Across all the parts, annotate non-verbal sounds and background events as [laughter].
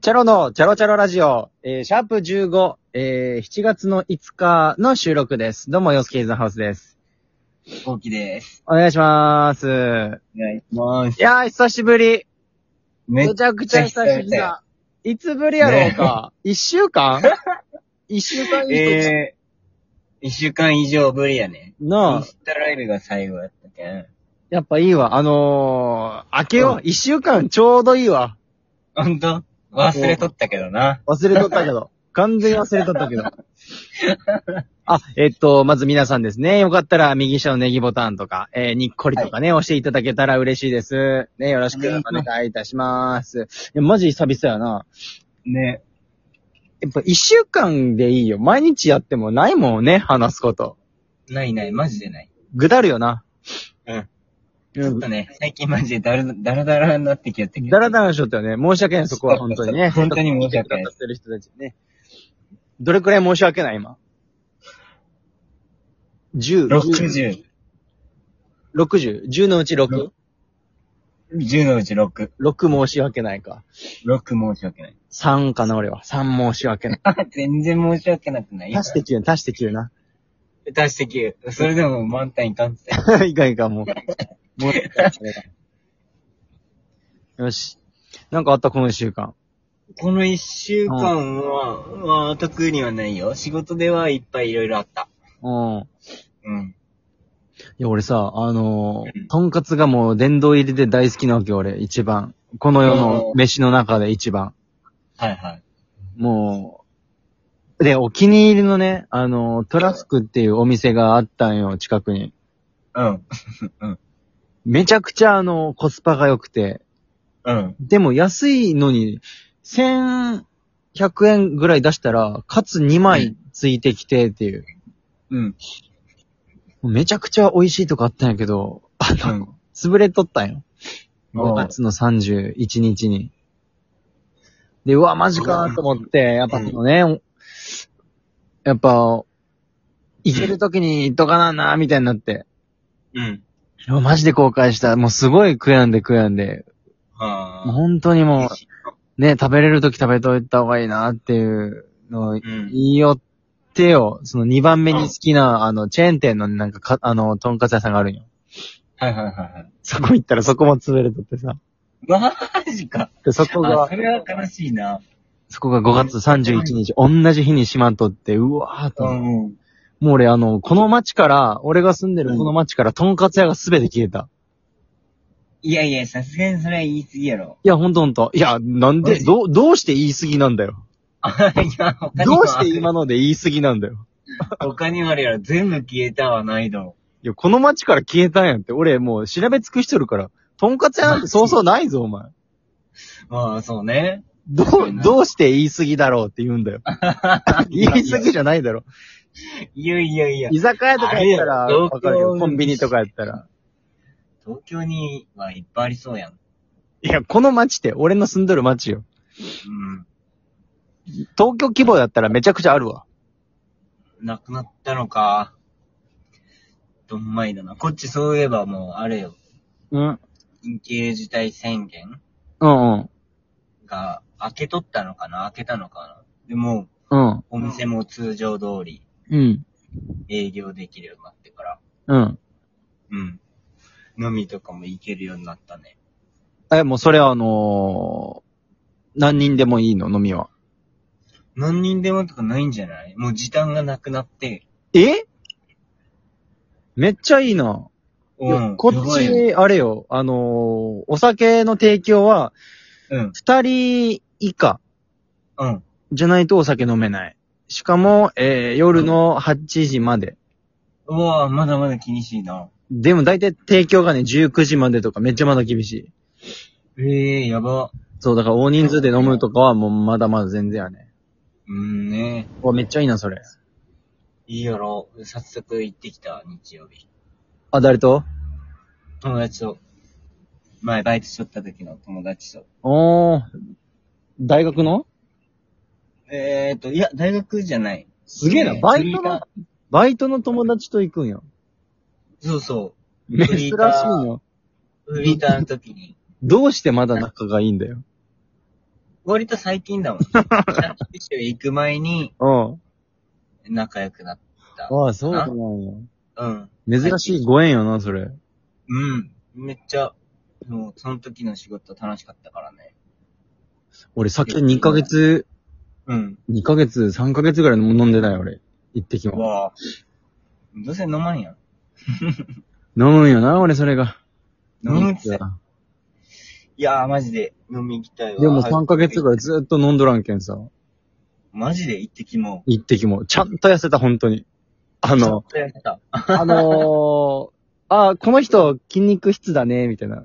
チャロのチャロチャロラジオ、えー、シャープ15、えー、7月の5日の収録です。どうも、ヨスケイズのハウスです。飛行機です。お願いします。お願いしますい。やー、久しぶり。めめちゃくちゃ久しぶりだ。いつぶりやろうか。一、週 [laughs] 間一週間以上、えー、一週間以上ぶりやね。イなンあ、スタライブが最後やったけん。やっぱいいわ。あのー、明けようう。一、週間ちょうどいいわ。ほんと忘れとったけどな。忘れとったけ [laughs] ど。完全に忘れとったけど。あ、えっと、まず皆さんですね。よかったら右下のネギボタンとか、えーにっこりとかね、押していただけたら嬉しいです。ね、よろしくお願いいたします。いや、マジ久々やな。ね。やっぱ一週間でいいよ。毎日やってもないもんね、話すこと。ないない、マジでない。ぐだるよな。うん。ちちょっとね、最近マジでだる、だらだらになってきよってけどだらだらしとったよね。申し訳ない、そこは本当にね。 [laughs] 本当に申し訳ない見てくださってる人たちね。どれくらい申し訳ない、今。10。 60。 60。10のうち 6?6 10のうち6。申し訳ないか。 6申し訳ない。 [laughs] 3かな、俺は。3申し訳ない。あ、全然申し訳なくない。足して9、足して9な。 [laughs] 足して9。それでも満タンいかんって。いかんいかん、も [laughs] う。もう一回それがよし。なんかあった、この一週間。この一週間は、まあ、特にはないよ。仕事ではいっぱいいろいろあった。うん。うん。いや、俺さ、あのーうんとんかつがもう殿堂入りで大好きなわけよ、俺、一番。この世の飯の中で一番。はいはい。もう、で、お気に入りのね、あのートラスクっていうお店があったんよ、近くに。うん。めちゃくちゃあの、コスパが良くて。うん。でも安いのに、1100円ぐらい出したら、カツ2枚ついてきてっていう。うん。めちゃくちゃ美味しいとこあったんやけど、あの、潰れとったんよ。5月の31日に。で、うわ、マジかと思って、やっぱそのね、やっぱ、行ける時に行っとかなな、みたいになって。うん。うわマジで後悔した。もうすごい悔やんで悔やんで。はもう本当にもあ。う、ね、食べれる時食べといた方がいいなっていうのを言うん。いよってよ。その2番目に好きな、あの、チェーン店のなんかか、あの、とんかつ屋さんがあるんよ。はいはいはいはい。そこ行ったらそこも潰れとってさ。マジか。で、そこがあ、、それは悲しいな。そこが5月31日、同じ日に閉まっとって、うわーと。ん。もう俺、あの、この街から、俺が住んでるこの街から、とんかつ屋がすべて消えた。いやいや、さすがにそれは言い過ぎやろ。いや、ほんとほんと。いや、なんマで、ジどう、どうして言い過ぎなんだよ。あ [laughs] いや、他にどもうして今ので言い過ぎなんだよ。他にもあるやろ。全部消えたはないだろ。いや、この街から消えたんやって。俺、もう調べ尽くしとるから、とんかつ屋なんてそうそうないぞ、お前。まあ、そうね。どそうやう、などうして言い過ぎだろうって言うんだ [laughs] よ。言い過ぎじゃないだろ。いやいやいや。居酒屋とかやったら、あれやわかるよ。東コ京ンビニとかやったら。東京にはいっぱいありそうやん。いや、この街って、俺の住んどる街よ。うん。東京規模だったらめちゃくちゃあるわ。なくなったのか。どんまいだな。こっちそういえばもう、あれよ。うん。緊急事態宣言うんうん。が明けとったのかな明けたのかなでも、うん。お店も通常通りうん。営業できるようになってから。うん。うん。飲みとかも行けるようになったね。え、もうそれはあのー何人でもいいの飲みは。何人でもとかないんじゃないもう時短がなくなって。えめっちゃいいな。いやこやっばいよち、あれよ、あのーお酒の提供は、うん。二人以下うん。じゃないとお酒飲めない。しかも、えー夜の8時まで。うわぁ、まだまだ厳しいな。でも大体提供がね、19時までとかめっちゃまだ厳しい。ええやば。そう、だから大人数で飲むとかはもうまだまだ全然やね。うんね。うわ、めっちゃいいな、それ。いいやろ。早速行ってきた、日曜日。あ、誰と友達と、前バイトしとった時の友達と。おー、大学のえーと、いや、大学じゃない。すげえな、ねバイトフリのータ、バイトの友達と行くんよ。そうそ珍リーターしいよ。う。フリーターの時に。どうしてまだ仲がいいんだよ。割と最近だ [laughs] もん。九州行く前にうん。仲良くなった。ああ、そうなんや。うん。珍しいご縁よな、それ。うん。めっちゃ、もう、その時の仕事楽しかったからね。俺酒2ヶ月、うん。 2ヶ月、3ヶ月ぐらい飲んでない俺。一滴も。わあ。どうせ飲まんやん。飲むんよな、俺それが。飲むっんて。いやー、マジで飲み行きたいわ。でも3ヶ月ぐらいずっと飲んどらんけんさ。マジで一滴も。一滴も。ちゃんと痩せた、本当に。あちょのっ、とやった。あのー、あー、この人筋肉質だね、みたいな。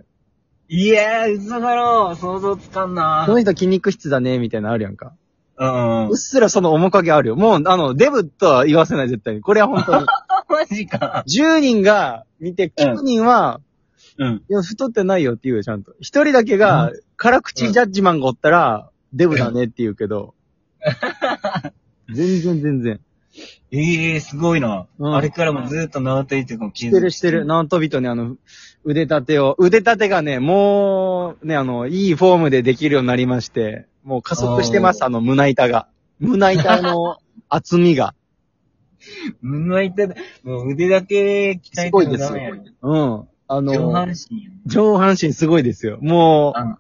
いやー、嘘だろう。想像つかんなこの人筋肉質だね、みたいなのあるやんか。うん [laughs] うっ。すらその面影あるよ。もう、あの、デブとは言わせない、絶対に。これは本 [laughs] 当に。マジか。 10人が見て、うん9人は、うん。いや、太ってないよって言うよ、ちゃんと。1人だけが、辛口ジャッジマンがおったら、デブだねって言うけ [laughs] ど。全然全然。ええー、すごいな。うんあれからもずーっと縄跳びとかも気してるしてる。。縄跳びとね、あの、腕立てを、腕立てがね、もう、ね、あの、いいフォームでできるようになりまして、もう加速してます、おーあの、胸板が。胸板の厚みが。胸板だ。もう腕だけ鍛えてすごいもですダメやねうん。あの、上半身やね上半身すごいですよ。もあ、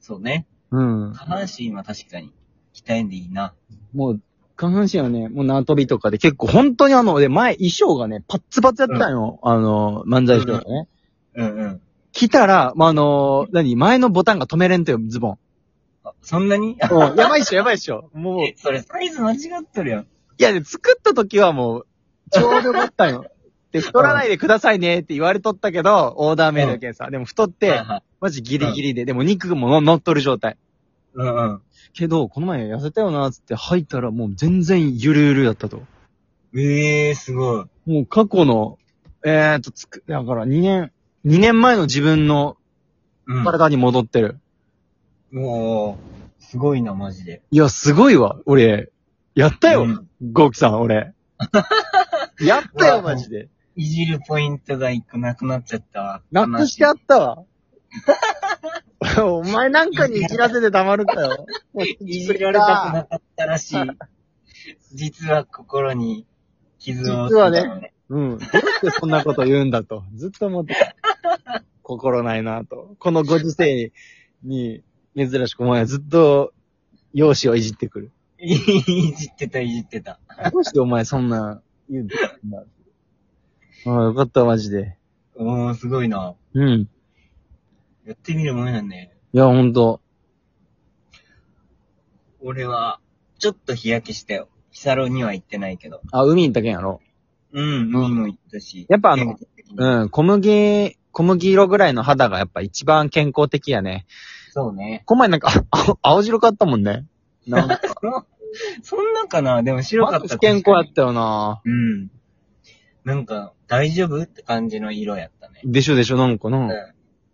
そうね。う、うん下。半身は確かに鍛えんでいいな。もう、下半身はね、もう縄跳びとかで結構本当にあの、で、前衣装がね、パッツパツやったんよ。あの、漫才師とかね。うんうん。着たら、まあ、あの、何前のボタンが止めれんとよ、ズボン。あそんなにあうんやばいっしょ、やばいっしょ。もう、 [laughs] え、それサイズ間違っとるやん。いや、で作った時はもう、ちょうどだった [laughs] よ。で、太らないでくださいねって言われとったけど、オーダーメイドやけんさ。でも太っはいて、はいマジギリギリで、でも肉もの乗っとる状態。うんうん。けど、この前痩せたよな、つって入ったらもう全然ゆるゆるだったと。ええー、すごい。もう過去の、えーと、つく、だから2年、2年前の自分のうん。体に戻ってる。もう、すごいな、マジで。いや、すごいわ、俺。やったよ、うんゴーキさん、俺。 [laughs] やったよ、マジで。いじるポイントが一個なくなっちゃったわ。なくしてあったわ。 [laughs] お前なんかにいじらせてたまるかよ。 [laughs] いじられたくなかったらしい。 [laughs] 実は心に傷を負ってたの実はうん。どうしてそんなこと言うんだと。ずっと思ってた。心ないなと。このご時世に、珍しくお前はずっと、容姿をいじってくる。 [laughs] いじってた、いじってた。どうしてお前そんな、言うんだ。ああ、よかった、マジで。おー、すごいな。うん。いやってみるもんやね。や、ほんと。俺は、ちょっと日焼けしたよ。ヒサロには行ってないけど。あ、海行ったけんやろ。うん、海も行ったし。やっぱあの全国的にうん、小麦、小麦色ぐらいの肌がやっぱ一番健康的やね。そうね。 [laughs] この前なんか、あ青青白かったもんね。なんか、そんなかなでも白かっマジた。不健康や確かったよなにうん。なんか、大丈夫って感じの色やったね。でしょでしょ、なんかな。うん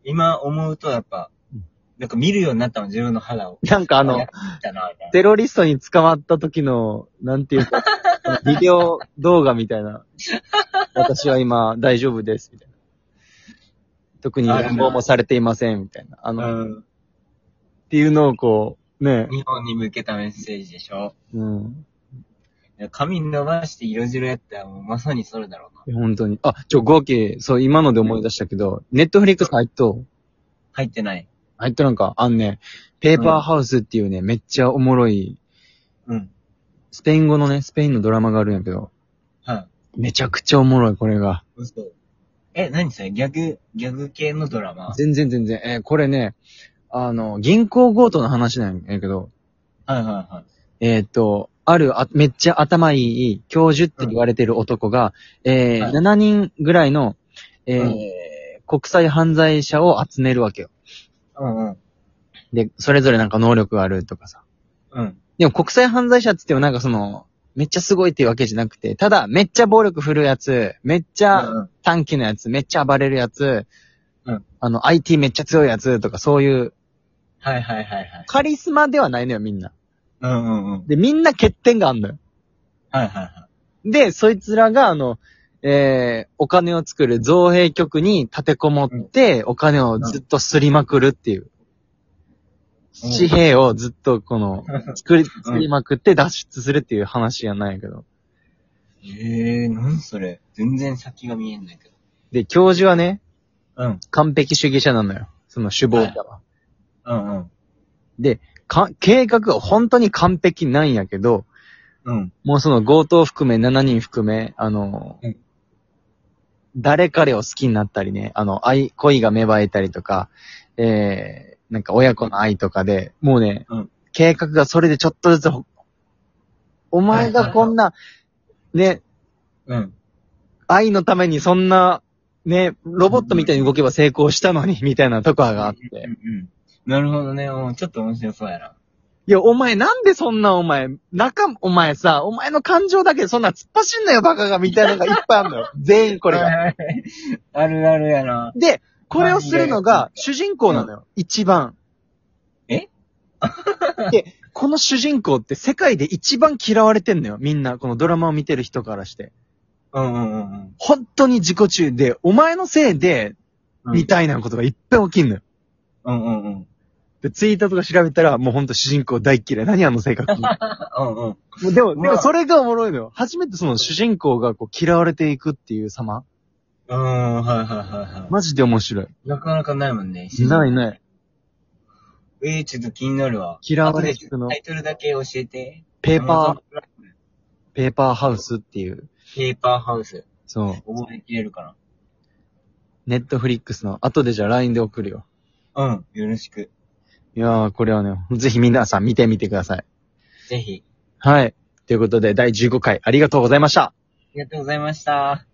今思うとやっぱうん、なんか見るようになったの、自分の肌を。なんかあのや、ったな、みたいな。テロリストに捕まった時の、なんていう [laughs] か、ビデオ動画みたいな。私は今大丈夫です、みたいな。特に乱暴もされていません、みたいな。あの、っうん。ていうのをこう、ね、日本に向けたメッセージでしょ。うん。いや髪伸ばして色白やったらもうまさにそれだろうな。本当に。あ、ちょ、合計、そう、今ので思い出したけど、ネットフリックス入っと、入ってない。入っとなんか、あんね、ペーパーハウスっていうね、めっちゃおもろい、うん。スペイン語のね、スペインのドラマがあるんやけど、はい。めちゃくちゃおもろい、これが。嘘。え、何それギャグ、ギャグ系のドラマ全然全然。えーこれね、あの、銀行強盗の話なんやけど、はいはいはい。えーっと、あるあ、めっちゃ頭いい教授って言われてる男が、えーはい7人ぐらいの、えーう国際犯罪者を集めるわけよ。うんうん。で、それぞれなんか能力があるとかさ。うん。でも国際犯罪者って言ってもなんかその、めっちゃすごいっていうわけじゃなくて、ただ、めっちゃ暴力振るやつ、めっちゃうん短期のやつ、めっちゃ暴れるやつ、うんあの、IT めっちゃ強いやつとか、そういう、はいはいはいはい。カリスマではないのよ、みんな。うんうんうん。で、みんな欠点があんのよ。はいはいはで、そいつらが、あの、えー、お金を作る造幣局に立てこもって、お金をずっとすりまくるっていう。七兵をずっとこの、作り、作りまくって脱出するっていう話やないけど。ええー、なんそれ。全然先が見えんないけど。で、教授はね、うん。完璧主義者なのよ。その首謀者は。うんうん。で、か、計画が本当に完璧なんやけど、うん。もうその強盗含め7人含め、あの、うん誰彼を好きになったりね、あの、愛、恋が芽生えたりとか、えー、なんか親子の愛とかで、もうね、うん計画がそれでちょっとずつほ、お前がこんな、ね、うん。愛のためにそんな、ね、ロボットみたいに動けば成功したのに、みたいなとこがあっうんうて。ん。なるほどね。うんちょっと面白そうやな。いや、お前なんでそんなお前、仲、お前さ、お前の感情だけでそんな突っ走んなよ、バカが、みたいなのがいっぱいある [laughs] のよ。全員これが。はいはいはい。 [laughs] あるあるやな。で、これをするのが主人公なのよ。一番。え [laughs] で、この主人公って世界で一番嫌われてんのよ。みんな、このドラマを見てる人からして。うんうんうん本当に自己中で、お前のせいで、うん。みたいなことがいっぱい起きんのよ。うんうんうん。で、ツイートとか調べたら、もうほんと主人公大っ嫌い。何あの性格。も [laughs] うんうん。うでも、でうもわそれがおもろいのよ。初めてその主人公がこう嫌われていくっていう様。うーん、はいはいはいはマジで面白い。い。なかなかないもんね。ないい。ない。えー、ちょっと気になるわ。嫌われ後てでいくのタ。イトルだけ教えて。ペーパー、ー。ペーパーハウスっていう。ペーパーハウス。そう。覚えきれるかネットフリックスの、後でじゃあ LINE で送るよ。なうん。よろしく。いやー、これはね、ぜひ皆さん見てみてください。ぜひ。はい。ということで、第15回ありがとうございました。ありがとうございました。